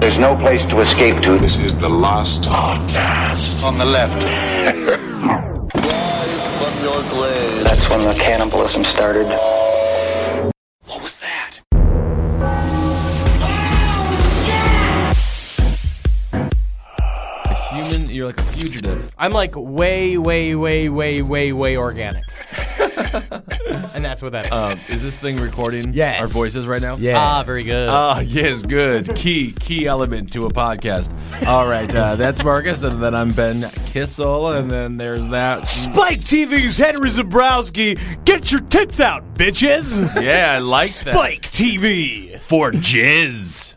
There's no place to escape to. This is the last podcast on the left. from your grave. That's when the cannibalism started. What was that? A human, you're like a fugitive. I'm like way, way, way, way, way, way organic. and that's what that is. Um, is this thing recording Yes. our voices right now? Ah, very good. Ah, yes, good. Key, key element to a podcast. All right, uh, that's Marcus, and then I'm Ben Kissel, and then there's that. Spike TV's Henry Zabrowski. Get your tits out, bitches. Yeah, I like that. Spike TV. for jizz.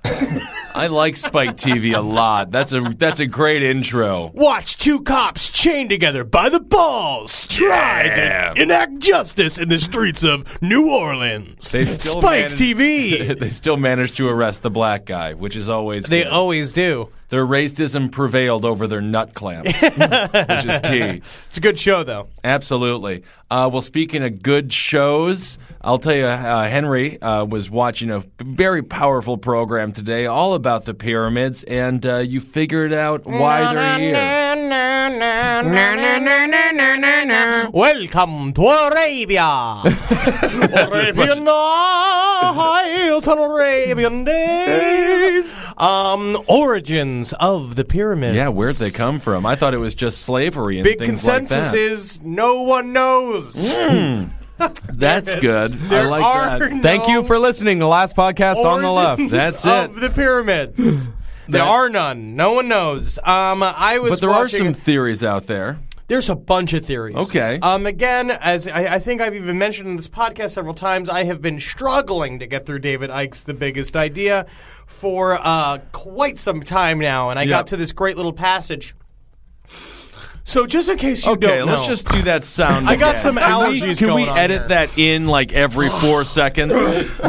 I like Spike TV a lot. That's a that's a great intro. Watch two cops chained together by the balls try Yeah. to enact justice in the streets of New Orleans. They still Spike manage- TV. They still managed to arrest the black guy, which is always they good. always do. their racism prevailed over their nut clamps, which is key. It's a good show, though. Absolutely. Uh, well, speaking of good shows, I'll tell you, uh, Henry uh, was watching a very powerful program today, all about the pyramids, and uh, you figured out why they're here. Welcome to Arabia. Arabian nights and Arabian days. Um, origins of the pyramids. Yeah, where'd they come from? I thought it was just slavery and Big things consensus like that. Mm, is no one knows. That's good. I There like are that. no Thank you for listening to Last Podcast on the Left. Origins That's of it. the pyramids. There That- are none. No one knows. Um, I was. But there are watching, some theories out there. There's a bunch of theories. Okay. Um, again, as I, I think I've even mentioned in this podcast several times, I have been struggling to get through David Icke's "The Biggest Idea" for uh, quite some time now, and I Yep. got to this great little passage. So, just in case you Okay, don't let's know- just do that sound. I again. got some Can we- allergies Can we, going on edit here. that in like every four seconds?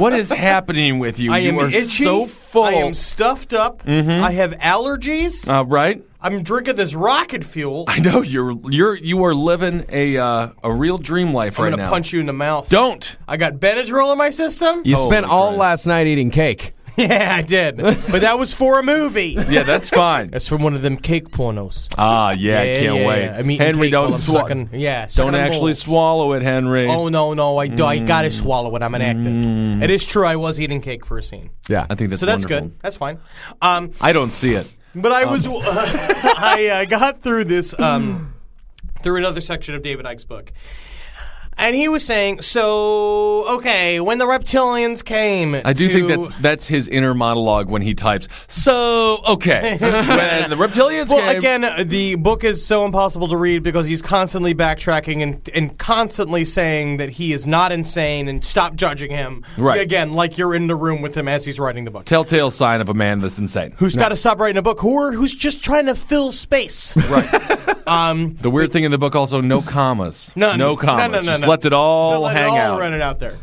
What is happening with you? I you am are itchy. so full. I am stuffed up. Mm-hmm. I have allergies. uh, right? I'm drinking this rocket fuel. I know you're you're you are living a uh, a real dream life I'm right gonna now. punch you in the mouth. Don't. I got Benadryl in my system. You Holy spent all Christ. last night eating cake. Yeah, I did, but that was for a movie. Yeah, that's fine. That's from one of them cake pornos. ah, yeah, I can't yeah, wait. yeah. I'm eating Henry, cake don't while I'm swallow. sucking- yeah, don't sucking on actually Mm. balls. swallow it, Henry. Oh no, no, I do. I gotta swallow it. I'm an actor. Mm. It is true. I was eating cake for a scene, Yeah. I think that's so that's wonderful. Um. good. That's fine. Um, I don't see it. but I was, I uh, got through this um, through another section of David Icke's book. And he was saying, so okay, when the reptilians came, I do think to- that's that's his inner monologue when he types. So okay, when the reptilians Well, came, again, uh, the book is so impossible to read because he's constantly backtracking and, and constantly saying that he is not insane and stop judging him. Right. Again, like you're in the room with him as he's writing the book. telltale sign of a man that's insane. Who's got to stop writing a book? Who are, who's just trying to fill space? the weird thing in the book also no commas, None. no commas, No, no, no, just no. lets it all Not let it hang all out. running out there.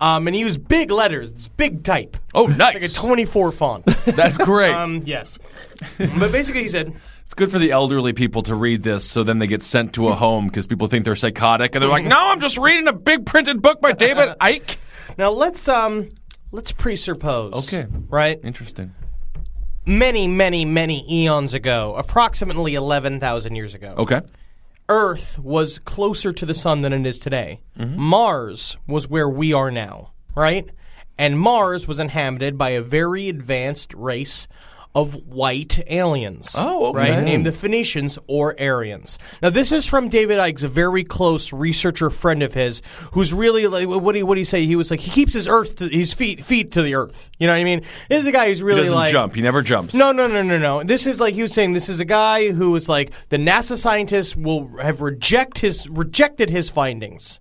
Um, and he used big letters. It's big type. Oh, nice! Like a 24 font. that's great. um, yes. But basically, he said, it's good for the elderly people to read this, so then they get sent to a home because people think they're psychotic, and they're like, "No, I'm just reading a big printed book by David Ike." now let's, um, let's presuppose. Okay. Right? Interesting. many, many, many eons ago, approximately 11,000 years ago, Okay. Earth was closer to the sun than it is today. Mm-hmm. Mars was where we are now, right? And Mars was inhabited by a very advanced race of white aliens. Oh, okay. Right? Named the Phoenicians or Aryans. Now, this is from David Icke's, a very close researcher friend of his, who's really like, what do you, what do you say? He was like, he keeps his earth, to, his feet, feet to the earth. You know what I mean? This is a guy who's He really doesn't like, jump. He never jumps. no, no, no, no, no. This is like he was saying. This is a guy who is like the NASA scientists will have reject his rejected his findings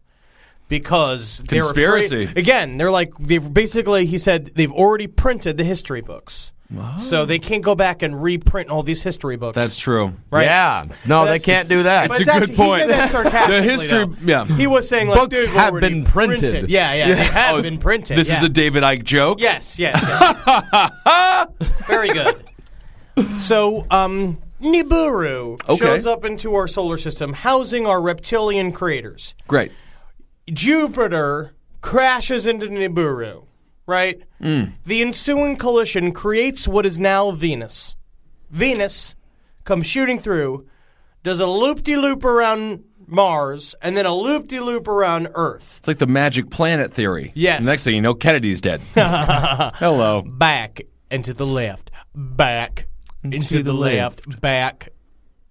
because they're afraid- Conspiracy. again, they're like they've basically he said they've already printed the history books, so they can't go back and reprint all these history books. that's true. Right? Yeah. No, But they that's- can't do that. But a that's- good point. He said that sarcastically, The history- though. yeah. He was saying like Books they've have already been printed. Yeah, yeah, they have Oh, been printed. This is yeah. a David Ike joke. Yes, yes. yes. Very good. So, um, Nibiru Okay. shows up into our solar system, housing our reptilian creators. Great. Jupiter crashes into Nibiru, right? The ensuing collision creates what is now Venus. Venus comes shooting through, does a loop de loop around Mars, and then a loop de loop around Earth. It's like the magic planet theory. Yes. next thing you know, Kennedy's dead. Hello. Back and to the left, back into the, left, back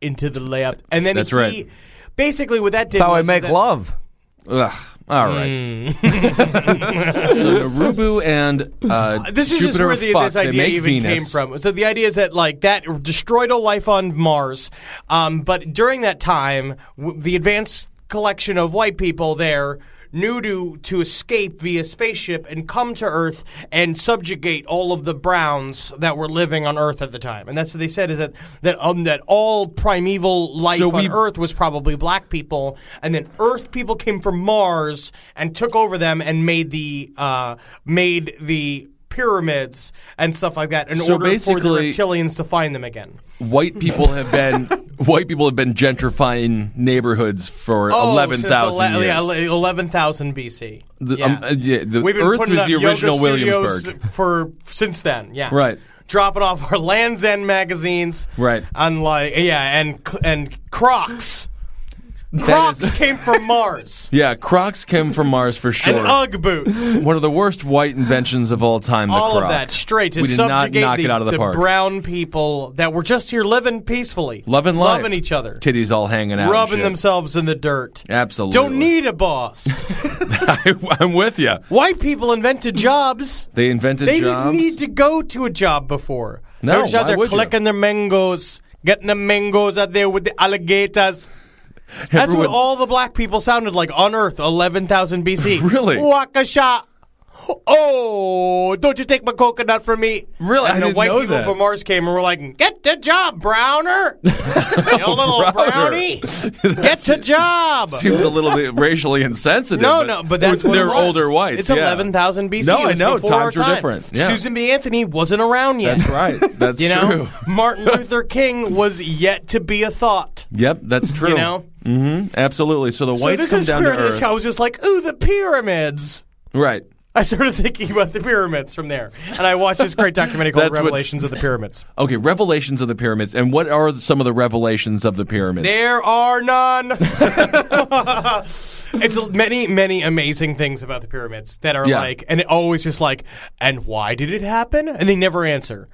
into the left, and then That's he, right. Basically, what that did That's how I was make that- love. Ugh. All right. Hmm. so Narubu and uh, This is Jupiter just where the, fuck. this They idea make even came Venus. from. So the idea is that like that destroyed all life on Mars, um, but during that time, w- the advanced collection of white people there knew to to escape via spaceship and come to Earth and subjugate all of the browns that were living on Earth at the time. And that's what they said is that that um, that all primeval life So on we- Earth was probably black people, and then Earth people came from Mars and took over them and made the uh, made the pyramids and stuff like that in So order for the basically- reptilians to find them again. White people have been white people have been gentrifying neighborhoods for Oh, eleven thousand since ele- years. yeah, ele- 11,000 BC. The- yeah. um, uh, yeah, the We've been Earth putting was up the yoga original studios Williamsburg. for since then. Yeah, Right. Dropping off our Land's End magazines, Right. Unlike yeah, and and Crocs. Crocs came from Mars. yeah, Crocs came from Mars for sure. And Ugg boots. One of the worst white inventions of all time. The all croc. of that straight to we did not subjugate knock the, it out of the, the park. brown people that were just here living peacefully, loving life, loving each other, titties all hanging out, rubbing and shit. themselves in the dirt. Absolutely, Don't need a boss. I'm with you. White people invented jobs. They invented They jobs. didn't need to go to a job before. No, They're just out why there would you? collecting their mangoes, getting the mangoes out there with the alligators. That's what Everyone- all the black people sounded like on Earth, 11,000 BC. Really? Wakasha. Oh, don't you take my coconut from me. Really? I And the didn't white know people that. from Mars came and were like, get the job, browner. you little Browner. brownie. get the job. seems a little bit racially insensitive. No, no, but that's what they're it was. older whites. It's yeah. eleven thousand BC. No, It I was know, before times our were time. different, yeah. Susan B. Anthony wasn't around yet. That's right. That's You know, true. Martin Luther King was yet to be a thought. Yep, that's true. Mm-hmm, You know, Absolutely. So the so whites this come is down where to this earth. I was just like, ooh, the pyramids. right. I started thinking about the pyramids from there, and I watched this great documentary called That's what's- Revelations of the Pyramids. Okay, revelations of the pyramids. And what are some of the revelations of the pyramids? There are none. it's many, many amazing things about the pyramids that are Yeah. like, and it always just like, and why did it happen? And they never answer.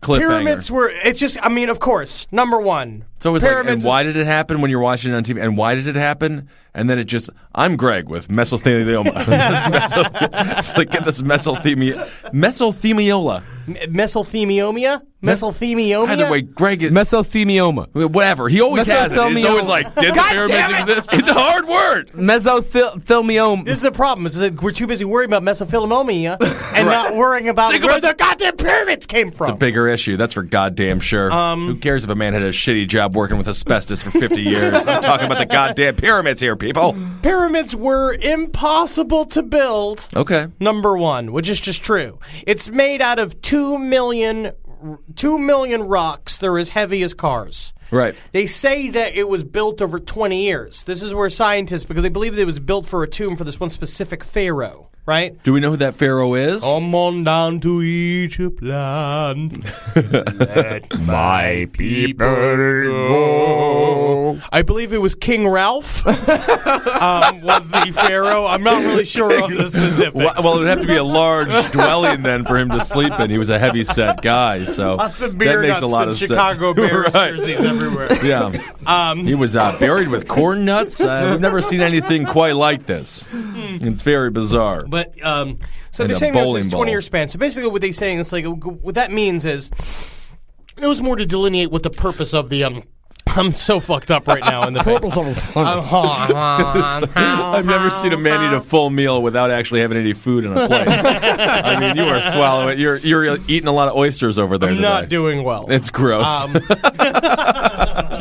Cliffhanger. Pyramids were, it's just, I mean, of course, number one. It's always like, and pyramids. why did it happen when you're watching it on TV? And why did it happen? And then it just, I'm Greg with mesothelioma. Meso- it's like, get this mesothemia. Mesotheliola. is mesothelioma? Mesothelioma? Either way, Greg is. Mesothelioma. Whatever. He always has it. It's Mesothelioma. always like, did the God damn pyramids it! exist? It's a hard word. Mesothelioma. This is the problem. Is that we're too busy worrying about mesothelioma and not worrying about Think where about- the goddamn pyramids came from. Um, It's a bigger issue. That's for goddamn sure. Who cares if a man had a shitty job working with asbestos for 50 years? I'm talking about the goddamn pyramids here, people. pyramids were impossible to build. Okay. number one, which is just true. It's made out of two million, two million rocks. They're as heavy as cars. Right. They say that it was built over 20 years. This is where scientists, because they believe that it was built for a tomb for this one specific pharaoh, right? Do we know who that pharaoh is? Come on down to Egypt land. My people go. I believe it was King Ralph um, was the pharaoh. I'm not really sure on the specifics. Well, well, it would have to be a large dwelling then for him to sleep in. He was a heavy set guy, so Lots of beer that makes nuts a lot and of Chicago sense. Bears Right. jerseys everywhere. Yeah, he was uh, buried with corn nuts. Uh, we've never seen anything quite like this. It's very bizarre. But um, so And they're a saying there was bowling this ball. twenty year span. So basically, what they're saying is like what that means is it was more to delineate what the purpose of the um. I'm so fucked up right now in the face. Uh-huh, I've never seen a man eat a full meal without actually having any food on a plate. I mean, you are swallowing. You're you're eating a lot of oysters over there. I'm not today. Um, doing well. It's gross.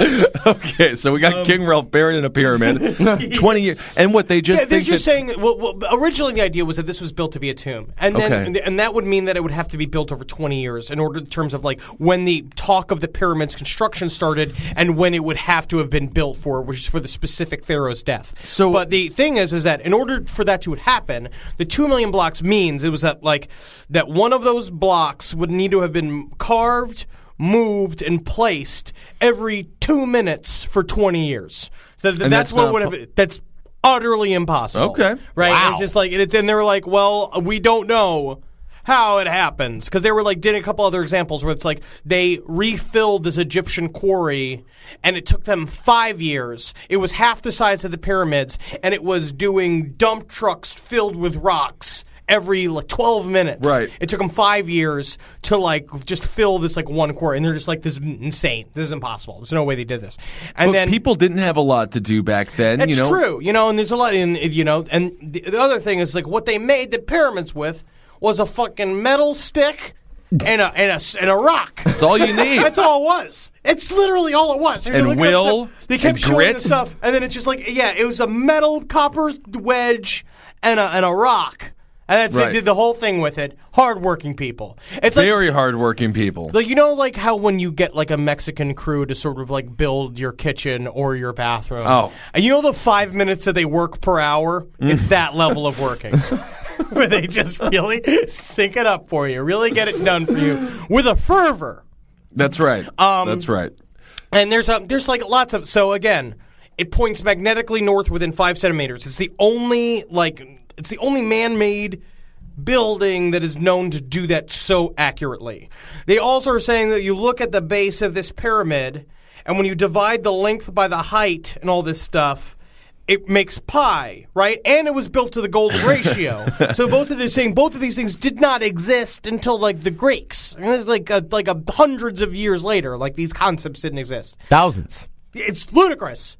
okay, so we got Um, King Ralph buried in a pyramid. Twenty years, and what they just Yeah, they're think just that- saying. Well, well, originally the idea was that this was built to be a tomb, and then Okay. and that would mean that it would have to be built over twenty years in order in terms of like when the talk of the pyramids construction started and when it would have to have been built for, which is for the specific pharaoh's death. So- but the thing is, is that in order for that to happen, the two million blocks means it was that like that one of those blocks would need to have been carved. Moved and placed every two minutes for twenty years. Th- th- And that's, that's what not would po- have that's utterly impossible. Okay. Right? Wow. It's just like, and it- then they were like, well, we don't know how it happens. Because they were like, did a couple other examples where it's like they refilled this Egyptian quarry and it took them five years. It was half the size of the pyramids and it was doing dump trucks filled with rocks. Every like twelve minutes, Right. It took them five years to like just fill this like one quarry, and they're just like this is insane. This is impossible. There's no way they did this. And but then people didn't have a lot to do back then. that's you know, true, you know, and there's a lot in you know, and the, the other thing is like what they made the pyramids with was a fucking metal stick and a and a s- and a rock. That's all you need. That's all it was. It's literally all it was. There's And like that will stuff- They kept and showing grit. the stuff, and then it's just like yeah, it was a metal copper wedge and a and a rock, and that's Right. they did the whole thing with it. Hardworking people. It's like Very hardworking people. like you know, like how when you get like a Mexican crew to sort of like build your kitchen or your bathroom. Oh. Mm. and you know the five minutes that they work per hour. It's that level of working. Where they just really sink it up for you, really get it done for you with a fervor. That's right. um, That's right. And there's um, there's like lots of so again, it points magnetically north within five centimeters. It's the only like it's the only man-made building that is known to do that so accurately. They also are saying that you look at the base of this pyramid, and when you divide the length by the height and all this stuff. It makes pi, right? And it was built to the golden ratio. so both of they're saying both of these things did not exist until like the Greeks, And it's like a, like a, hundreds of years later. Like these concepts didn't exist. Thousands. It's ludicrous.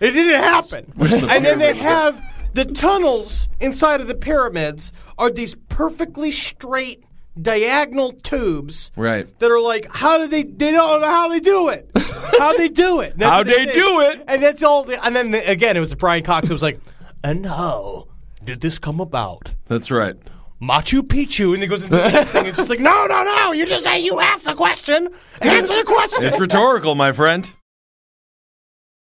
It didn't happen. and then they have the tunnels inside of the pyramids are these perfectly straight diagonal tubes Right. that are like how do they they don't know how they do it how they do it How they do it. and that's all the, and then the, again it was brian cox who was like and how did this come about That's right. Machu Picchu, and it goes into the next thing. It's just like, no, no, no. You just say you asked the question. Answer the question. It's rhetorical, my friend.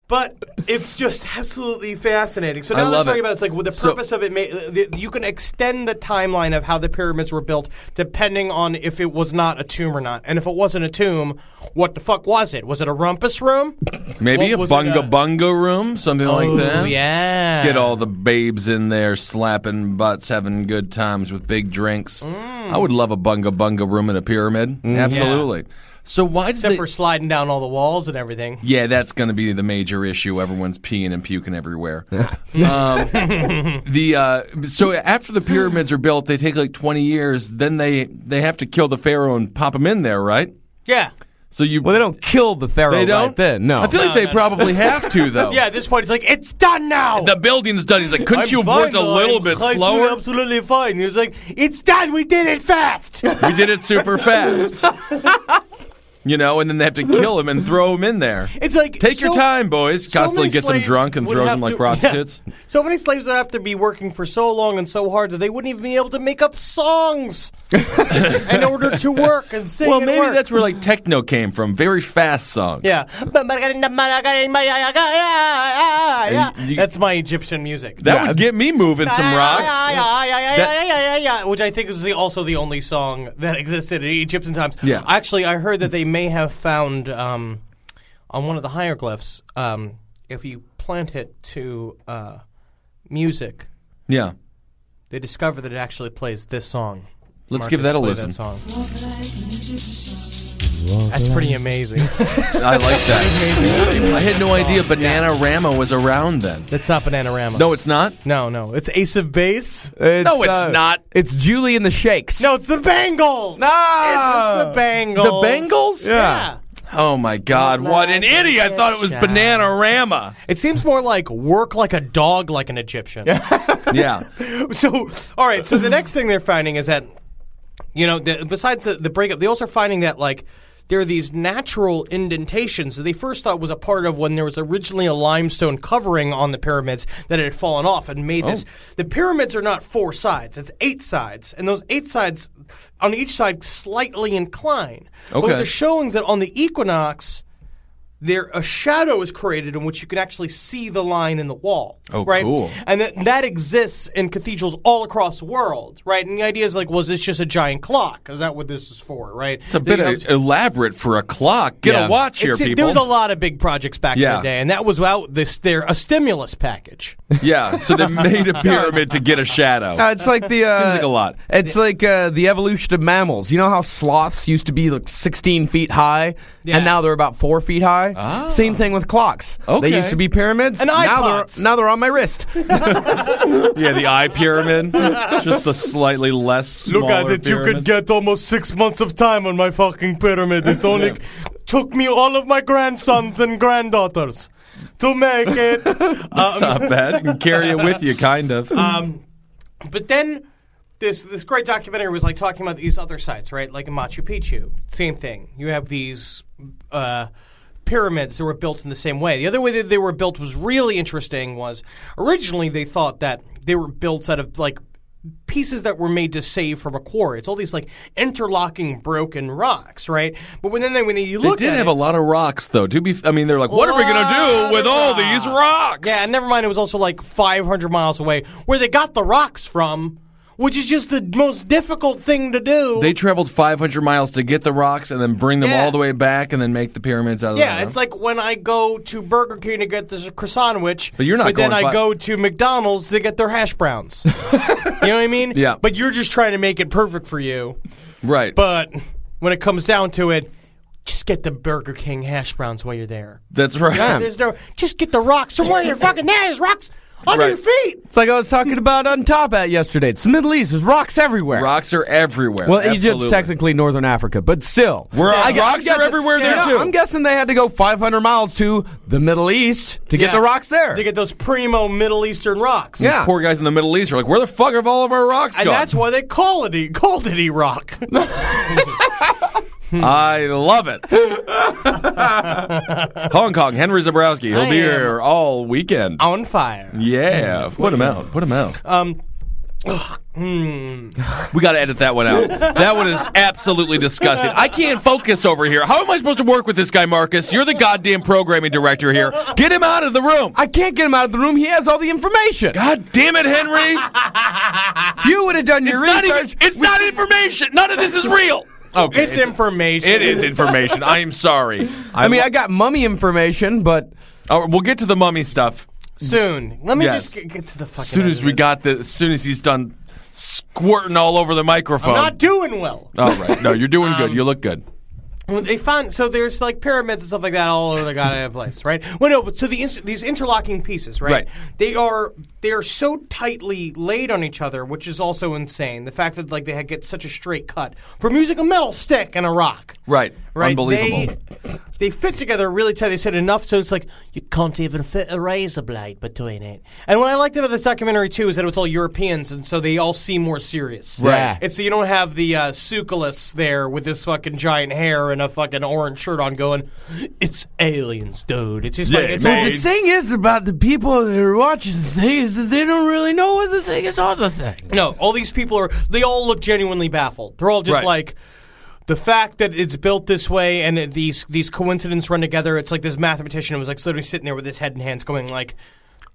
But it's just absolutely fascinating. So I now they're love talking it. about it's like well, the So- purpose of it. May, the, you can extend the timeline of how the pyramids were built, depending on if it was not a tomb or not. And if it wasn't a tomb, what the fuck was it? Was it a rumpus room? Maybe What was a it, bunga uh, Oh, bunga room, something like that. yeah. Get all the babes in there slapping butts, having good times with big drinks. I would love a bunga bunga room in a pyramid. Mm. Absolutely. So why did except they- for sliding down all the walls and everything. Yeah, that's going to be the major issue. Everyone's peeing and puking everywhere. um, the uh, so after the pyramids are built, they take like twenty years. Then they they have to kill the pharaoh and pop him in there, right? Yeah. So you Well, they don't kill the pharaoh they don't right then. No. I feel like they probably have to though. Yeah. At this point, it's like it's done now. the building's done. He's like, couldn't you have worked a little bit slower? Absolutely fine. He was like, "It's done. We did it fast." We did it super fast. you know, and then they have to kill him and throw him in there. It's like Take your so- time, boys. so Constantly many gets them slaves drunk and would throws have them like to- prostitutes. yeah. So many slaves would have to be working for so long and so hard that they wouldn't even be able to make up songs in order to work and sing. Well, and maybe work. that's where like techno came from. Very fast songs. yeah. And you- That's my Egyptian music. That would get me moving some rocks. Which I think is the, also the only song that existed in Egyptian times. Yeah. Actually, I heard that they may have found um, on one of the hieroglyphs, um, if you plant it to uh, music, Yeah. they discover that it actually plays this song. Let's Marcus, give that a play listen. song. That's pretty amazing. I like that. I had no idea Banana Rama was around then. That's not Bananarama. No, it's not. no, no. It's Ace of Base. It's, No, it's uh, not. It's Julie and the Shakes. No, it's the Bengals. Ah! It's the Bengals. The Bengals? Yeah. Oh my God! What an idiot! I thought it was Banana Rama. It seems more like work like a dog, like an Egyptian. Yeah. so, all right. So the next thing they're finding is that, you know, the, besides the, the breakup, they also are finding that like there are these natural indentations that they first thought was a part of when there was originally a limestone covering on the pyramids that had fallen off and made this. Oh. The pyramids are not four sides; it's eight sides, and those eight sides on each side slightly incline. But what Okay. they're showing that on the equinox there a shadow is created in which you can actually see the line in the wall. Oh, right? cool. And that that exists in cathedrals all across the world, right? And the idea is like, was this just a giant clock? Is that what this is for, right? It's a bit uh, elaborate for a clock. Get Yeah. a watch here, people. There was a lot of big projects back in Yeah. the day, and that was out this there a stimulus package. yeah, so they made a pyramid to get a shadow. Uh, it's like the uh, Seems like a lot. It's like uh, the evolution of mammals. You know how sloths used to be like 16 feet high, Yeah. and now they're about four feet high. Same thing with clocks. Ah. Okay. They used to be pyramids, And now iPods. they're now they're on my wrist. yeah, the eye pyramid, just the slightly less. Smaller Look at it. You pyramid. could get almost six months of time on my fucking pyramid. It only took me all of my grandsons and granddaughters to make it. It's not bad. You can carry it with you, kind of. Um, But then this this great documentary was like talking about these other sites, right? Like in Machu Picchu, same thing. You have these uh, pyramids that were built in the same way. The other way that they were built was really interesting. Was originally they thought that they were built out of like pieces that were made to save from a quarry. It's all these like interlocking broken rocks, right? But when then they, when they, you they look did at have it- a lot of rocks, though. To be, f- I mean, they're like, what are we gonna Lot do with of all these rocks? Yeah, and never mind. It was also like 500 miles away where they got the rocks from, which is just the most difficult thing to do. they traveled 500 miles to get the rocks and then bring them Yeah. all the way back and then make the pyramids out of them. yeah, it's like when I go to Burger King to get this croissant which, But you're not But then going I fi- go to McDonald's to get their hash browns. you know what I mean? Yeah. But you're just trying to make it perfect for you. right. But when it comes down to it, just get the Burger King hash browns while you're there. That's right. There's no just get the rocks from where you're fucking there. There's rocks under Right. your feet. it's like I was talking about on top at yesterday. It's the Middle East. There's rocks everywhere. Rocks are everywhere. Well, Absolutely. Egypt's technically northern Africa, but still, We're- Still. gu- rocks are everywhere there, Yeah, too. I'm guessing they had to go 500 miles to the Middle East to get Yeah. the rocks there. They get those primo Middle Eastern rocks. Yeah. Poor guys in the Middle East are like, where the fuck have all of our rocks And gone? that's why they call it E- called it Iraq. Hmm. I love it. Hong Kong, Henry Zabrowski. He'll be am- here all weekend. On fire. Yeah, put him out. Put him out. Um, we got to edit that one out. That one is absolutely disgusting. I can't focus over here. How am I supposed to work with this guy, Marcus? You're the goddamn programming director here. Get him out of the room. I can't get him out of the room. He has all the information. God damn it, Henry! You would have done your Not even- research. it's not information. None of this is real. Okay, It's information. It is information. I am sorry. I mean, I got mummy information, but Oh, we'll get to the mummy stuff Soon. Let me Yes. just get, get to the fucking. as soon end as of we this. got the. As soon as he's done squirting all over the microphone. not doing Um, well. all right. No, you're doing good. You look good. Well, They found so there's like pyramids and stuff like that all over the goddamn place, right? Well, no, but so the ins- these interlocking pieces, right? Right. They are they are so tightly laid on each other, which is also insane. The fact that like they had get such a straight cut from using a metal stick and a rock, Right. right? Unbelievable. They, they fit together really tight. They said enough, so it's like you can't even fit a razor blade between it. And what I liked about this documentary too is that it's all Europeans, and so they all seem more serious. Right. Yeah. It's so you don't have the uh, Sukulus there with his fucking giant hair and a fucking orange shirt on, going, "It's aliens, dude." It's just like Yeah, it's man. all the just- thing is about the people that are watching the thing is that they don't really know what the thing is on the thing. No, all these people are. They all look genuinely baffled. They're all just Right. like. The fact that it's built this way and it, these these coincidences run together, it's like this mathematician was like literally sitting there with his head in hands, going like,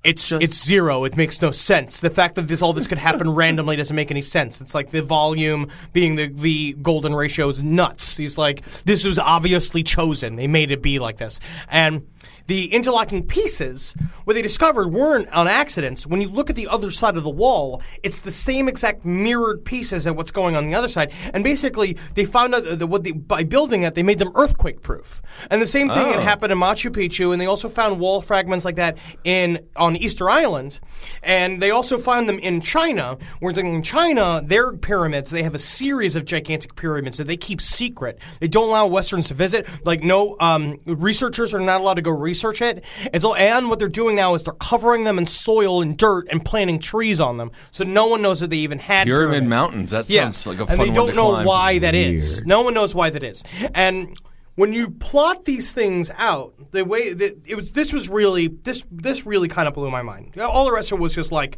"It's it's zero. It makes no sense. The fact that this all this could happen randomly doesn't make any sense. It's like the volume being the the golden ratio is nuts. He's like, this was obviously chosen. They made it be like this. And the interlocking pieces, what they discovered weren't on accidents. When you look at the other side of the wall, it's the same exact mirrored pieces at what's going on the other side. And basically, they found out that what they, by building it, they made them earthquake proof. And the same thing had happened in Machu Picchu, and they also found wall fragments like that in on Easter Island, and they also found them in China. Whereas in China, their pyramids, they have a series of gigantic pyramids that they keep secret. They don't allow Westerns to visit. Like no um, researchers are not allowed to go research it. And so, and what they're doing now is they're covering them in soil and dirt and planting trees on them, so no one knows that they even had Pyramid pyramids. Mountains. That Yeah. sounds like a and fun they one don't to know climb. why that is. No one knows why that is. And when you plot these things out, the way that it was, this was really this this really kind of blew my mind. You know, All the rest of it was just like,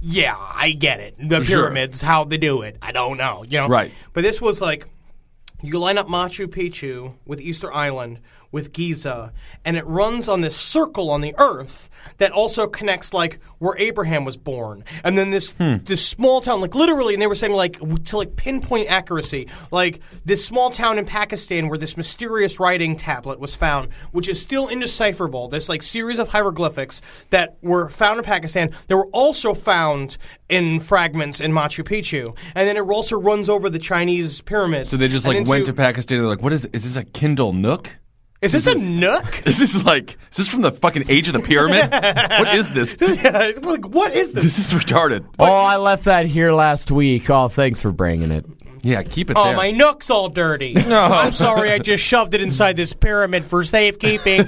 yeah, I get it. The pyramids, how they do it, I don't know. You know, Right. But this was like, you line up Machu Picchu with Easter Island with Giza, and it runs on this circle on the Earth that also connects like where Abraham was born, and then this this small town, like literally, and they were saying like w- to like pinpoint accuracy, like this small town in Pakistan where this mysterious writing tablet was found, which is still indecipherable. This like series of hieroglyphics that were found in Pakistan, that were also found in fragments in Machu Picchu, and then it also runs over the Chinese pyramids. So they just And like went into- to Pakistan. and They're like, "What is? Is this a Kindle Nook? Is this a nook? Is this like? Is this from the fucking age of the pyramid? what is this? yeah, it's like what is this? This is retarded." Oh, I left that here last week. Oh, thanks for bringing it. Yeah, keep it Oh, there. my nook's all dirty. I'm sorry, I just shoved it inside this pyramid for safekeeping.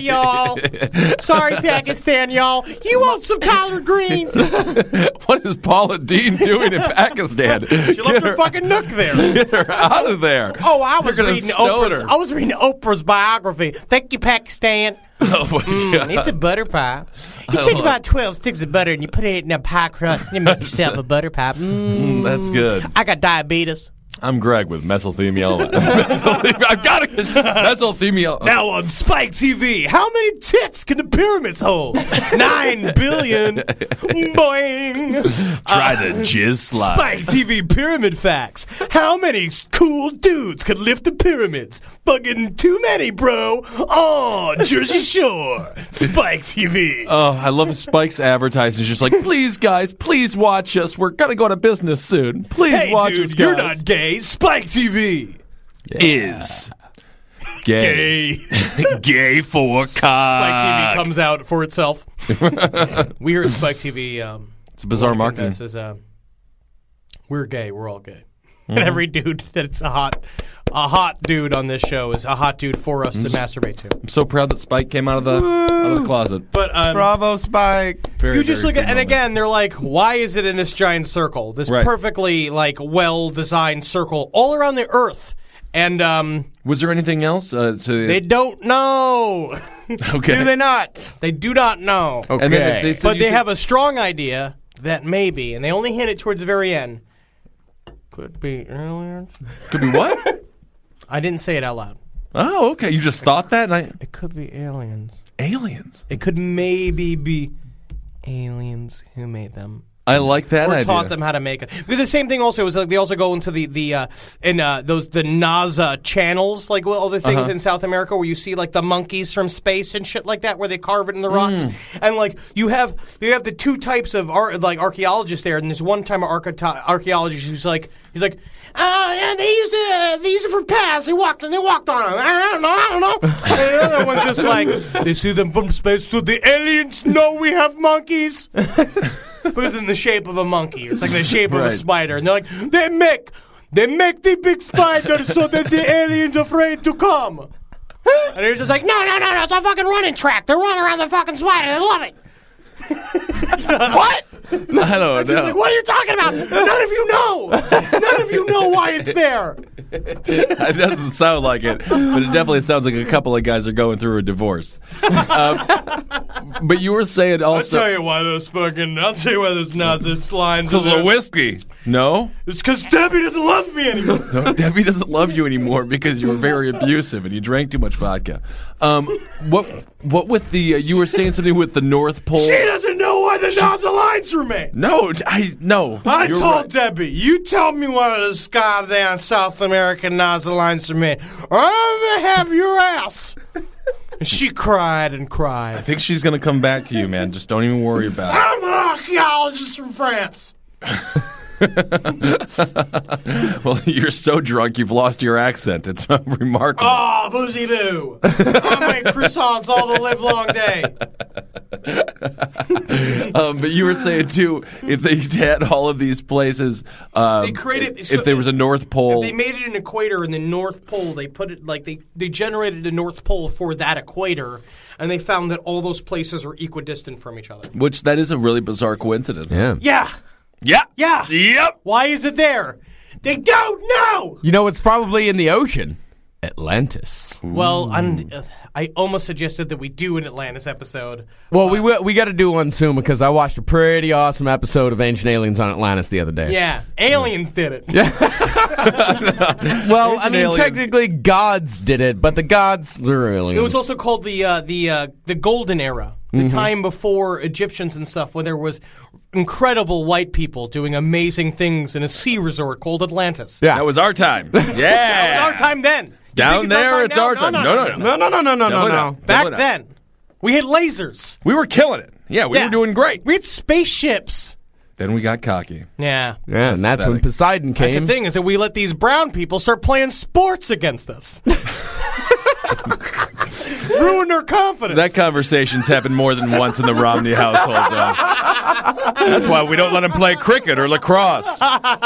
y'all. Sorry, Pakistan, y'all. You want some collard greens? Oh, She what is Paula Dean doing in Pakistan? left her fucking nook there. Get her out of there. Oh, I You're was gonna reading stone Oprah's. her. I was reading Oprah's biography. Thank you, Pakistan. Oh my god. Uh, It's a butter pie. You take about twelve sticks of butter and you put it in a pie crust and you make yourself a butter pie. Mm, Mm, That's good. I got diabetes. I'm Greg with mesothelioma. Mesothelioma- I've got it. Mesothelioma. Now on Spike TV, how many tits can the pyramids hold? Nine billion. Boing. Oh, Try the jizz slide. Spike TV pyramid facts. How many s- cool dudes could lift the pyramids? Fucking too many, bro. Oh, Jersey Shore. Spike TV. Oh, I love Spike's advertising. It's just like, please, guys, please watch us. We're gonna go out of business soon. Please hey, watch dude, us, guys. you're not gay. Spike TV. Is gay. Gay. gay for Spike TV cock. comes out for itself. we here at Spike TV, um, It's a bizarre marketing marketing. this is uh, we're gay, we're all gay, Mm-hmm. and every dude that's a hot, a hot dude on this show is a hot dude for us Mm-hmm. to masturbate to. I'm so proud that Spike came out of the out of the closet. But um, Bravo, Spike. you just look at, and again, they're like, why is it in this giant circle? This Right. perfectly like well designed circle all around the Earth, and um, was there anything else? Uh, to, they don't know. okay. not? They do not know. Okay. And then they, they said But you they said- have a strong idea that maybe, and they only hint it towards the very end. Could be earlier. could be what? I didn't say it out loud. Oh, okay. You just thought that, and I It could be aliens. aliens. It could maybe be aliens who made them. I like that Or idea. taught them how to make it. Because the same thing also is like they also go into the the uh, in uh, those the NASA channels, like well, all the things in South America where you see like the monkeys from space and shit like that, where they carve it in the rocks. And like you have you have the two types of ar- like archaeologists there, and this one time archaeto- archaeologist who's like he's like. Uh, yeah, they use it. They use it for paths. They walked and they walked on them. I don't know. I don't know. And the other one's just like they see them from space. Do the aliens know we have monkeys? It was in the shape of a monkey. It's like the shape of a Right. spider. And they're like, they make, they make the big spider so that the aliens afraid to come. And they're just like, no, no, no, no, it's a fucking running track. They're running around the fucking spider. They love it. what? I don't know. Like, what are you talking about? None of you know. None of you know why it's there. it doesn't sound like it, but it definitely sounds like a couple of guys are going through a divorce. Um, but you were saying also you why those fucking. I'll tell you why those Nazis lines. because of whiskey. No, It's because Debbie doesn't love me anymore. no, Debbie doesn't love you anymore because you were very abusive and you drank too much vodka. Um, what what with the uh, you were saying something with the North Pole? She doesn't know why the Nazi lines were made. No, I no. I You're told right. Debbie, You tell me why this goddamn South American Nazi lines are made. I'm gonna have your ass. And she cried and cried. I think she's gonna come back to you, man. Just don't even worry about I'm an archaeologist from France. it. Well, you're so drunk you've lost your accent. It's remarkable. Oh, boozy boo. I make croissants all the live long day. Um, but you were saying too, if they had all of these places, um, They created- if there was a North Pole, They made it an equator in the North Pole. They put it like they, they generated the North Pole for that equator, and they found that all those places are equidistant from each other. which that is a really bizarre coincidence. Yeah. Yeah. Yeah. Yeah. Yep. Why is it there? They don't know. You know, it's probably in the ocean. Atlantis. Well, I'm, uh, I almost suggested that we do an Atlantis episode. Well, we we, we got to do one soon because I watched a pretty awesome episode of Ancient Aliens on Atlantis the other day. Yeah, aliens did it. Yeah. Well, I Ancient mean, Aliens. technically gods did it, but the gods they're aliens. It was also called the uh, the uh, the Golden Era, the Mm-hmm. time before Egyptians and stuff, where there was incredible white people doing amazing things in a sea resort called Atlantis. yeah. That was our time. Yeah. It's our time then. You Down think there, it's now? our time. No, no, no. no, no, no, no, no, no, Definitely no. not. Back Definitely not. then, we had lasers. we were killing it. Yeah, we Yeah. were doing great. We had spaceships. Then we got cocky. Yeah. Yeah, and that's when Poseidon came. That's the thing is that we let these brown people start playing sports against us. Ruin their confidence. That conversation's happened more than once in the Romney household. though. That's why we don't let them play cricket or lacrosse.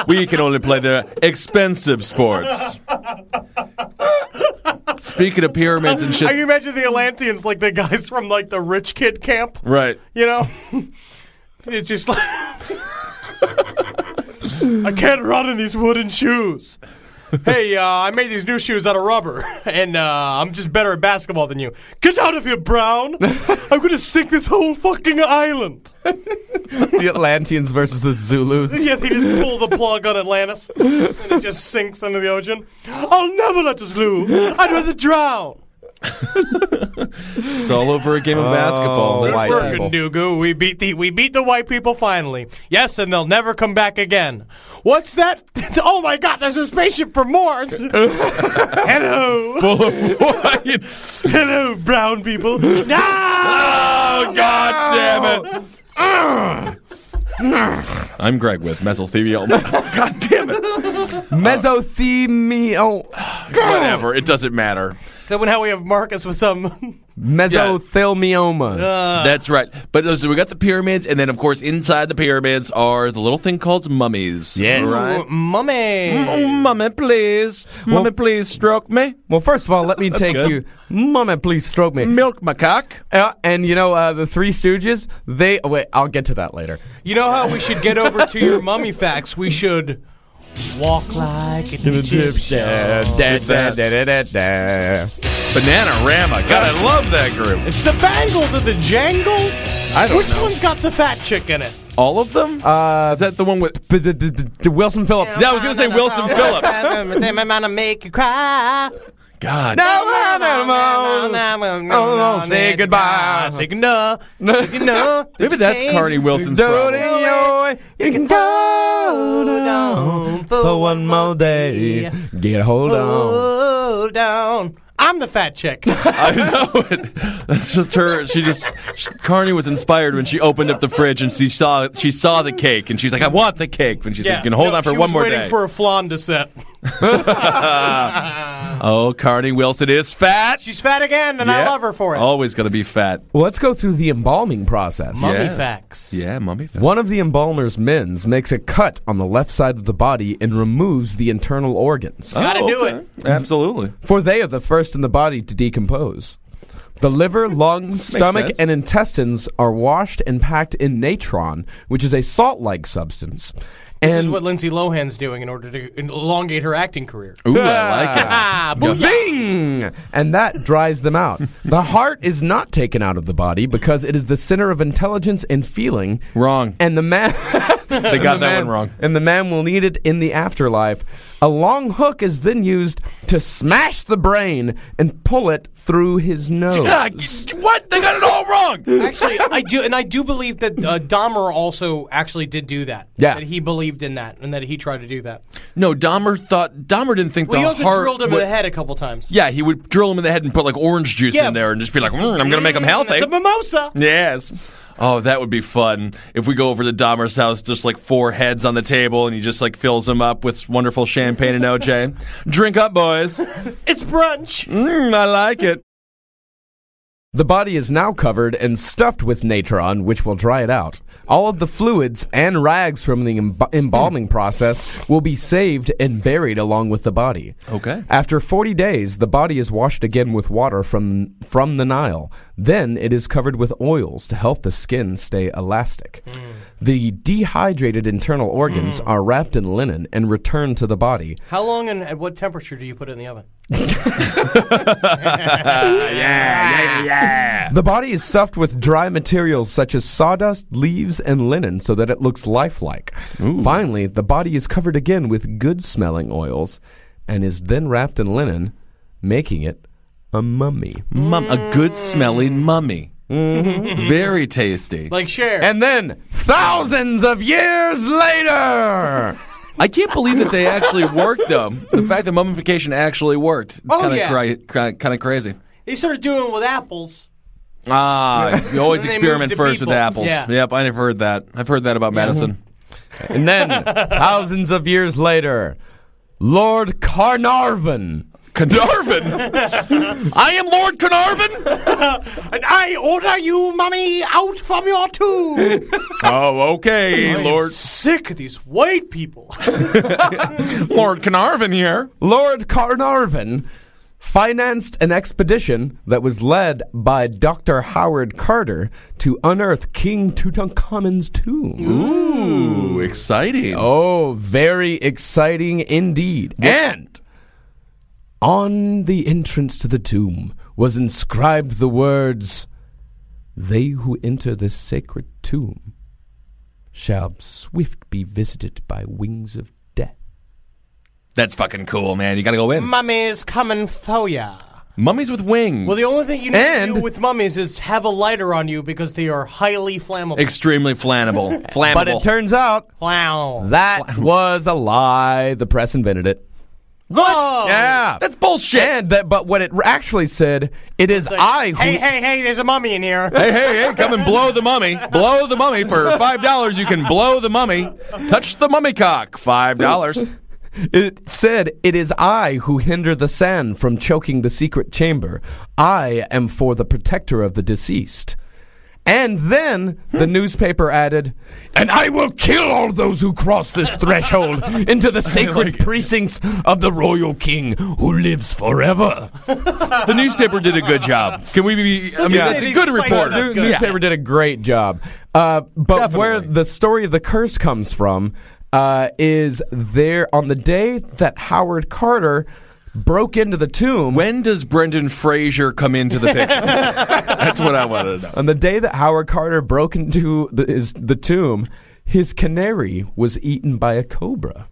We can only play the expensive sports. Speaking of pyramids and I can shit, imagine the Atlanteans like the guys from like the rich kid camp. right? You know, it's just like I can't run in these wooden shoes. Hey, uh, I made these new shoes out of rubber, and uh, I'm just better at basketball than you. Get out of here, Brown! I'm gonna sink this whole fucking island. the Atlanteans versus the Zulus. Yeah, they just pull the plug on Atlantis, and it just sinks under the ocean. I'll never let us lose. I'd rather drown. It's all over a game of basketball. White Good work, people. Ndugu. We beat the we beat the white people finally. Yes, and they'll never come back again. What's that? Oh my God! There's a spaceship from Mars. Hello, Whites. hello, brown people. No! Oh God damn it! I'm Greg with mesothelioma. God damn it! Mesothemio. Whatever, it doesn't matter. So now we have Marcus with some. Mesothelmioma. That's right. But those, we got the pyramids, and then of course inside the pyramids are the little thing called mummies. Yes. Right. Ooh, Mummy. Oh, mummy, please, mummy, please stroke me, Well, first of all, let me take good. you. Mama, please stroke me. milk my cock. Uh, and you know uh, the Three Stooges? They oh, wait. I'll get to that later. You know how we should get over to your mummy facts? We should walk like an Egyptian. Bananarama. God, I love that group. It's the Bangles or the Jangles? I don't Which know. one's got the fat chick in it? All of them? Uh, Is that the one with? b- d- d- d- d- Wilson Phillips. Yeah, I was gonna say Wilson Phillips. I'm gonna make you cry. God. Oh, say goodbye. Say goodbye. Say goodbye. Maybe that's Carney Wilson's problem. You can go for one more day. Get a hold Oh. on. Hold on. Oh. I'm the fat chick. I know it. That's just her. She just she, Carney was inspired when she opened up the fridge and she saw she saw the cake and she's like, I want the cake. And she's like, you can hold No, on for she one was more waiting day. for a flan to set. oh, Carney Wilson is fat. She's fat again, and I Yeah. Oh, love her for it. Always gonna be fat. Well, let's go through the embalming process. Mummy yeah. facts. Yeah, mummy fat. One of the embalmer's men's makes a cut on the left side of the body and removes the internal organs, Gotta do it. Absolutely. for they are the first in the body to decompose. The liver, lungs, stomach, sense. and intestines are washed and packed in natron, which is a salt like substance. And This is what Lindsay Lohan's doing in order to elongate her acting career. Ooh, I like it. Ah, booyah. Zing! And that dries them out. The heart is not taken out of the body because it is the center of intelligence and feeling. Wrong. And the man. They got the that man- one wrong. And the man will need it in the afterlife. A long hook is then used to smash the brain and pull it through his nose. what? They got it all wrong. Actually, I do, and I do believe that uh, Dahmer also actually did do that. Yeah. that he believed in that, and that he tried to do that. No, Dahmer thought Dahmer didn't think Well, the he also heart. drilled him would- in the head a couple times. Yeah, he would drill him in the head and put like orange juice Yeah. in there and just be like, "Mm, I'm gonna make him healthy. It's a mimosa. Yes. Oh, that would be fun if we go over to Dahmer's house, just like four heads on the table, and he just like fills them up with wonderful champagne and OJ. Drink up, boys. It's brunch. Mm, I like it. The body is now covered and stuffed with natron, which will dry it out. All of the fluids and rags from the emb- embalming process will be saved and buried along with the body. Okay. After 40 days, the body is washed again with water from from the Nile. Then it is covered with oils to help the skin stay elastic. The dehydrated internal organs are wrapped in linen and returned to the body. How long and at what temperature do you put it in the oven? Ah, The body is stuffed with dry materials such as sawdust, leaves, and linen so that it looks lifelike. Finally, the body is covered again with good smelling oils and is then wrapped in linen, making it a mummy. Mum, a good smelling mummy. Mm-hmm. Very tasty. Like share. And then, thousands of years later! I can't believe that they actually worked, though. The fact that mummification actually worked. It's Oh, kind of yeah. kind of crazy. they started doing it with apples. Ah, you always Then they experiment moved to first with people. apples. Yeah. Yep, I never heard that. I've heard that about Madison. and then, thousands of years later, Lord Carnarvon. Carnarvon? I am Lord Carnarvon? And I order you, mummy, out from your tomb. oh, okay, Lord Sick of these white people. Lord Carnarvon here. Lord Carnarvon financed an expedition that was led by Dr. Howard Carter to unearth King Tutankhamun's tomb. Ooh, exciting. Oh, very exciting indeed. And on the entrance to the tomb was inscribed the words They who enter this sacred tomb shall swift be visited by wings of death. That's fucking cool, man. You gotta go in. Mummies coming for ya. Mummies with wings. Well, the only thing you need to do And- with mummies is have a lighter on you because they are highly flammable. Extremely flammable. flammable. But it turns out wow. That was a lie. The press invented it. what? Yeah. That's bullshit. and that, but what it actually said, it is I who. Hey, hey, hey, there's a mummy in here. Hey, hey, hey, come and blow the mummy. Blow the mummy for $5. You can blow the mummy. Touch the mummy cock. $5. It said, it is I who hinder the sand from choking the secret chamber. I am for the protector of the deceased. And then the newspaper added, and I will kill all those who cross this threshold into the sacred precincts of the royal king who lives forever. The newspaper did a good job. Can we be? I mean, Yeah. it's They a good spiced it reporter. up The newspaper did a great job. Uh, but where Definitely. the story of the curse comes from uh, is there on the day that Howard Carter broke into the tomb. When does Brendan Fraser come into the picture? That's what I wanted to know. on the day that Howard Carter broke into the, his, the tomb, his canary was eaten by a cobra.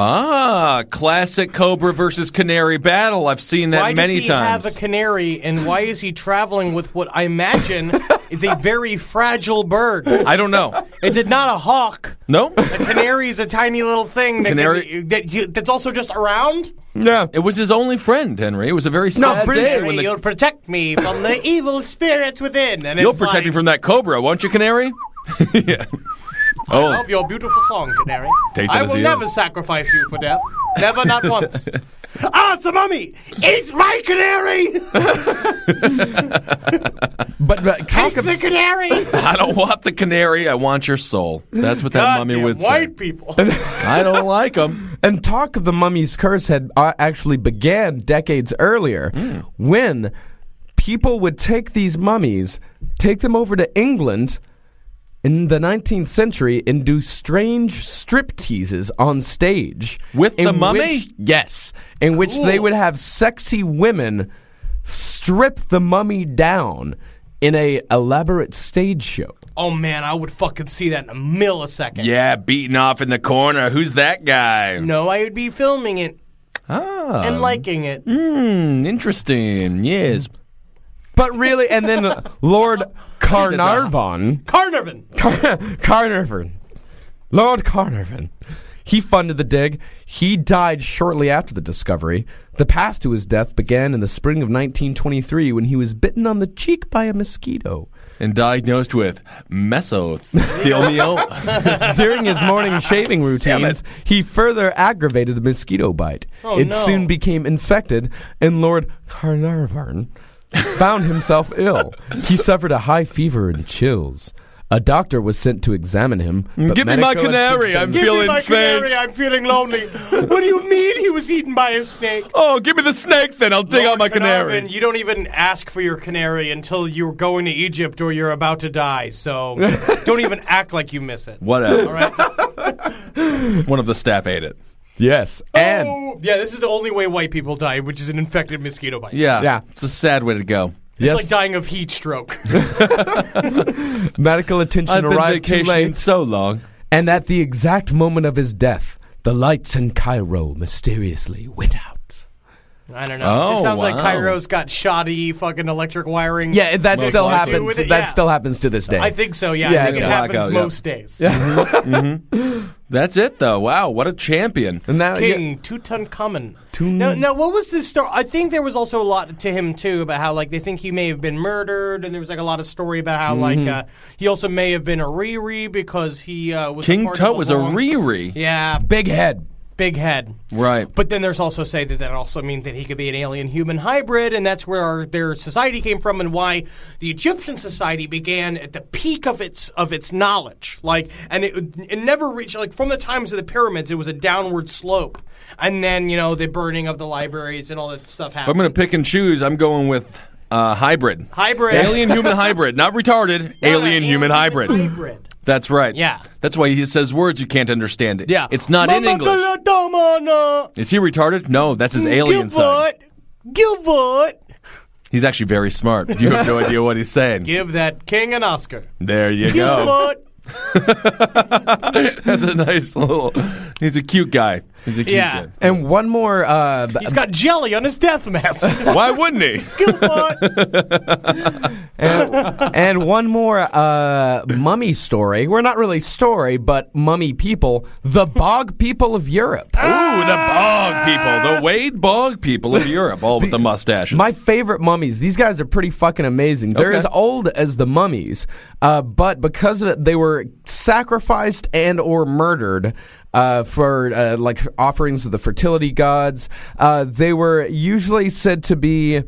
Ah, classic Cobra versus Canary battle. I've seen that why many does he times. have a canary, and why is he traveling with what I imagine is a very fragile bird? I don't know. It did not a hawk. No, Canary is a tiny little thing that Canary- that you, that's also just around. Yeah. it was his only friend, Henry. It was a very sad pretty day sure when the You'll protect me from the evil spirits within. And you'll it's protect like, me from that Cobra, won't you, Canary? yeah. Oh, Love your beautiful song, Canary. Take that I as will he never is. sacrifice you for death. Never, not once. ah, it's a mummy. It's my canary. But, but talk It's the canary. I don't want the canary. I want your soul. That's what that mummy Goddamn would white people. say. I don't like him. And talk of the mummy's curse had uh, actually began decades earlier Hmm. when people would take these mummies, take them over to England in the 19th century and do strange strip teases on stage With the in mummy? which- yes, in which they would have sexy women strip the mummy down in a elaborate stage show. Oh man, I would fucking see that in a millisecond. Yeah, beaten off in the corner. Who's that guy? No, I would be filming it Ah. and liking it. Interesting. Yes. But really, and then Lord Carnarvon. Carnarvon. Carnarvon. Lord Carnarvon. He funded the dig. He died shortly after the discovery. The path to his death began in the spring of 1923 when he was bitten on the cheek by a mosquito. And diagnosed with mesothelioma. During his morning shaving routines, he further aggravated the mosquito bite. Oh, it no. soon became infected, and Lord Carnarvon found himself ill. He suffered a high fever and chills. A doctor was sent to examine him. but Give me my medical- canary. I'm Give me feeling my canary. faint. I'm feeling lonely. what do you mean he was eaten by a snake? Oh, give me the snake then. I'll dig out Lord my Carnarvon, canary. You don't even ask for your canary until you're going to Egypt or you're about to die. So don't even act like you miss it. Whatever. All right. One of the staff ate it. Yes. And Oh, yeah, this is the only way white people die, which is an infected mosquito bite. Yeah. Yeah. It's a sad way to go. It's yes, like dying of heat stroke. medical attention I've been arrived too vacationing late. so long. And at the exact moment of his death, the lights in Cairo mysteriously went out. I don't know. it just Oh, sounds like wow. Cairo's got shoddy fucking electric wiring. Yeah, that Most still likely. Do happens. with it, That yeah. still happens to this day. I think so, yeah. Yeah, I think yeah. it happens Blackout, yeah. most days. That's it, though. Wow, what a champion. And that- yeah. King Tutankhamun. No, no. What was the story? I think there was also a lot to him too about how like they think he may have been murdered, and there was like a lot of story about how Mm-hmm. like uh, he also may have been a Riri because he uh, was King part of Tut the was a long- Riri. Yeah, Big head. big head. Right. But then there's also say that that also means that he could be an alien human hybrid, and that's where our, their society came from, and why the Egyptian society began at the peak of its of its knowledge. Like, and it, it never reached like from the times of the pyramids, it was a downward slope, and then you know the burning of the libraries and all that stuff If I'm happened. going to pick and choose, I'm going with uh, hybrid. Hybrid. Alien human hybrid. Not retarded. alien human hybrid. hybrid. That's right. Yeah. That's why he says words you can't understand it. Yeah. It's not in English. Is he retarded? No, that's his alien side. Gilbert, Gilbert, He's actually very smart. You have no idea what he's saying. give that king an Oscar. there you go. Gilbert. That's a nice little. He's a cute guy. He's a cute Yeah. guy. And one more. Uh, b- He's got jelly on his death mask. Why wouldn't he? Gilbert. and one more uh, mummy story. We're not really story, but mummy people. The bog people of Europe. Ooh, the bog people, the Wade bog people of Europe, all with the mustaches. My favorite mummies. These guys are pretty fucking amazing. They're Okay. as old as the mummies, uh, but because of it, they were sacrificed and or murdered uh, for uh, like offerings of the fertility gods. Uh, they were usually said to be.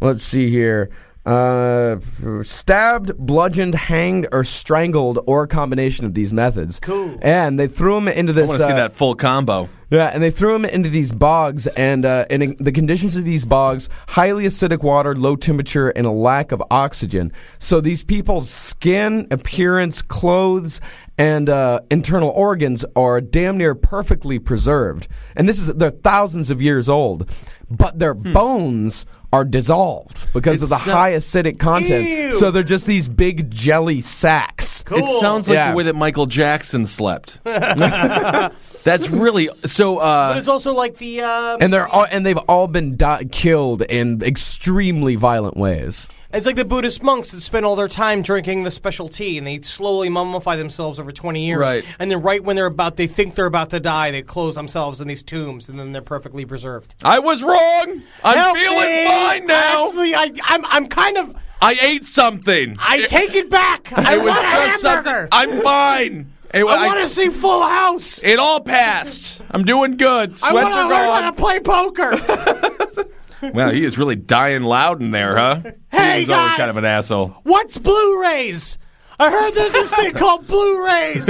Let's see here. Uh, stabbed, bludgeoned, hanged, or strangled, or a combination of these methods. Cool. And they threw them into I this. want to see uh, that full combo. yeah, and they threw him into these bogs, and uh, and in the conditions of these bogs, highly acidic water, low temperature, and a lack of oxygen. So these people's skin, appearance, clothes, and uh, internal organs are damn near perfectly preserved. And this is they're thousands of years old, but their bones are dissolved because of the Hmm. It's, uh, high acidic content. Ew. So they're just these big jelly sacks. Cool. It sounds like Yeah. the way that Michael Jackson slept. That's really so. But Uh, it's also like the uh, And they're all, and they've all been di- killed in extremely violent ways. it's like the Buddhist monks that spend all their time drinking the special tea and they slowly mummify themselves over twenty years. Right. And then right when they're about they think they're about to die, they close themselves in these tombs and then they're perfectly preserved. I was wrong. I'm Help feeling me! fine now. Actually, I, I'm I'm kind of I ate something. I take it back. I it was want a just something. hamburger. I'm fine. It, I, want to see Full House. it all passed. I'm doing good. I want Sweats to are learn how gone. to play poker. Wow, he is really dying loud in there, huh? Hey, He's always guys! kind of an asshole. What's Blu-rays? I heard there's this thing called Blu-rays.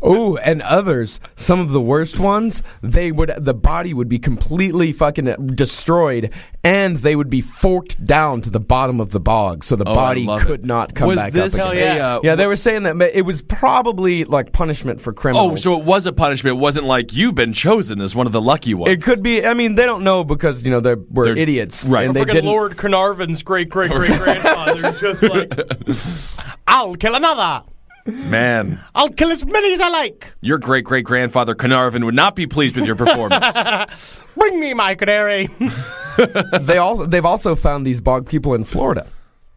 Oh, and others, some of the worst ones, they would the body would be completely fucking destroyed, and they would be forked down to the bottom of the bog, so the Oh, I body love could it. not come was back this up again. yeah. A, uh, yeah, they were saying that ma- it was probably like punishment for criminals. Oh, so it was a punishment. It wasn't like you've been chosen as one of the lucky ones. it could be. I mean, they don't know because you know they were They're- idiots, right. And they Don't Friggin' didn't. Lord Carnarvon's great great great grandfather's just like, I'll kill another. Man, I'll kill as many as I like. your great great grandfather Carnarvon would not be pleased with your performance. Bring me my canary. They also they've also found these bog people in Florida.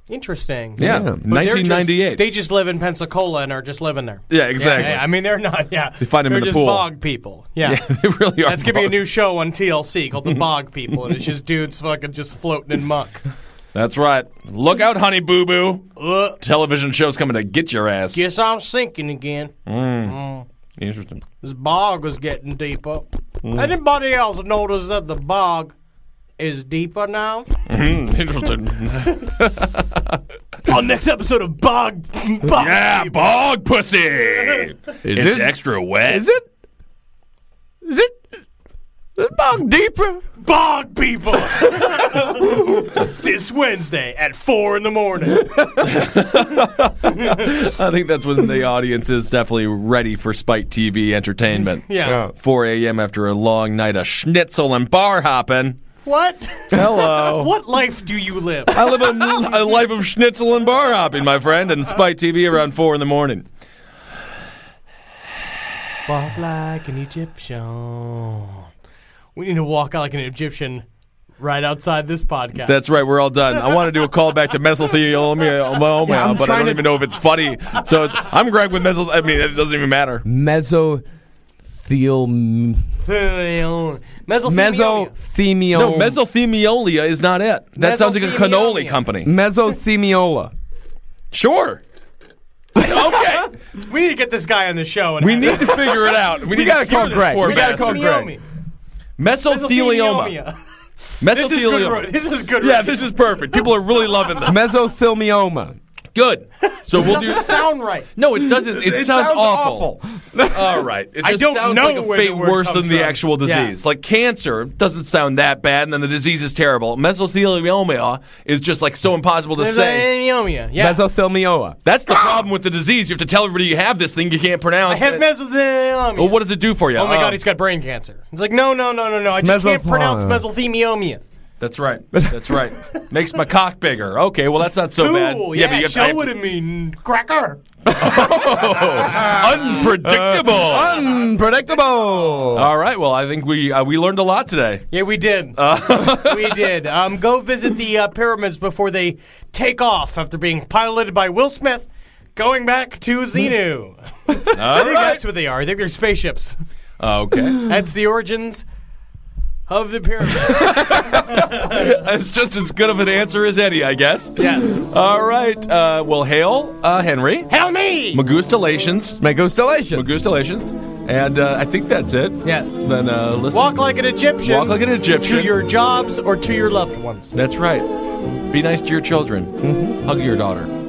Interesting. yeah, Yeah. But they're just- 1998. they just live in Pensacola and are just living there. Yeah, exactly. I mean, they're not. Yeah, they find 'em they're in the just pool. Bog people. Yeah. they really are. That's gonna be a both- new show on TLC called The Bog People, and it's just dudes fucking just floating in muck. That's right. Look out, honey boo Uh. boo. Television show's coming to get your ass. Guess I'm sinking again. Interesting. This bog is getting deeper. Anybody else notice that the bog is deeper now? Interesting. on next episode of Bog. Bog Yeah, bog pussy. it's it? extra wet. Is it? Is it? Let's bog deeper. Bog people. this Wednesday at four in the morning. I think that's when the audience is definitely ready for Spike TV entertainment. Yeah. 4 a.m. after a long night of schnitzel and bar hopping. What? Hello. what life do you live? I live a, a life of schnitzel and bar hopping, my friend, and Spike TV around 4 in the morning. Walk like an Egyptian. We need to walk like an Egyptian right outside this podcast. That's right, we're all done. I want to do a call back to mesothelioma, I'm but I trying don't to- even know if it's funny. So it's, I'm Greg with mesol. I mean, it doesn't even matter. Mesothelioma. Mesothelioma. Mesothelioma. No, mesothelioma is not it. That sounds like a cannoli Mesothelioma. company. Mesothemiola. Sure. okay. We need to get this guy on the show. And We have need to figure it out. We, need gotta to cure call this Greg. poor We gotta bastard. call Greg. Mesothelioma. Mesothelioma. This is good. ro- This is good. yeah, radio. this is perfect. People are really loving this. Mesothelioma. Good. So we'll do. doesn't sound right. No, it doesn't. It, sounds, awful. All right. It just don't sounds know like a where the fate word worse than comes the from. actual Yeah. disease. Like cancer doesn't sound that bad, and then the disease is terrible. Mesothelioma is just like so impossible to say. Mesothelioma. Yeah. Mesothelioma. That's the problem with the disease. You have to tell everybody you have this thing you can't pronounce. I have it. mesothelioma. Well, what does it do for you? Oh my Uh, god, he's got brain cancer. It's like, no, no, no, no, no. I just can't Mesothelioma. pronounce mesothelioma. That's right. That's right. Makes my cock bigger. Okay, well that's not so bad. Cool. Yeah, but you have- I show have what to- it mean, cracker. Unpredictable. Uh, Unpredictable. All right. Well, I think we uh, we learned a lot today. Yeah, we did. we did. Um, go visit the uh, pyramids before they take off after being piloted by Will Smith, going back to Xenu. I think that's what they are. I think they're spaceships. Okay. That's the origins of the pyramids. It's just as good of an answer as any, I guess. yes. All right. Uh, well, hail uh, Henry. Hail me! Magustalations. Megostelations. Magustalations. And uh, I think that's it. Yes. Then uh, listen. Walk like an Egyptian. Walk like an Egyptian. To your jobs or to your loved ones. Mm-hmm. That's right. Be nice to your children. Hug your daughter.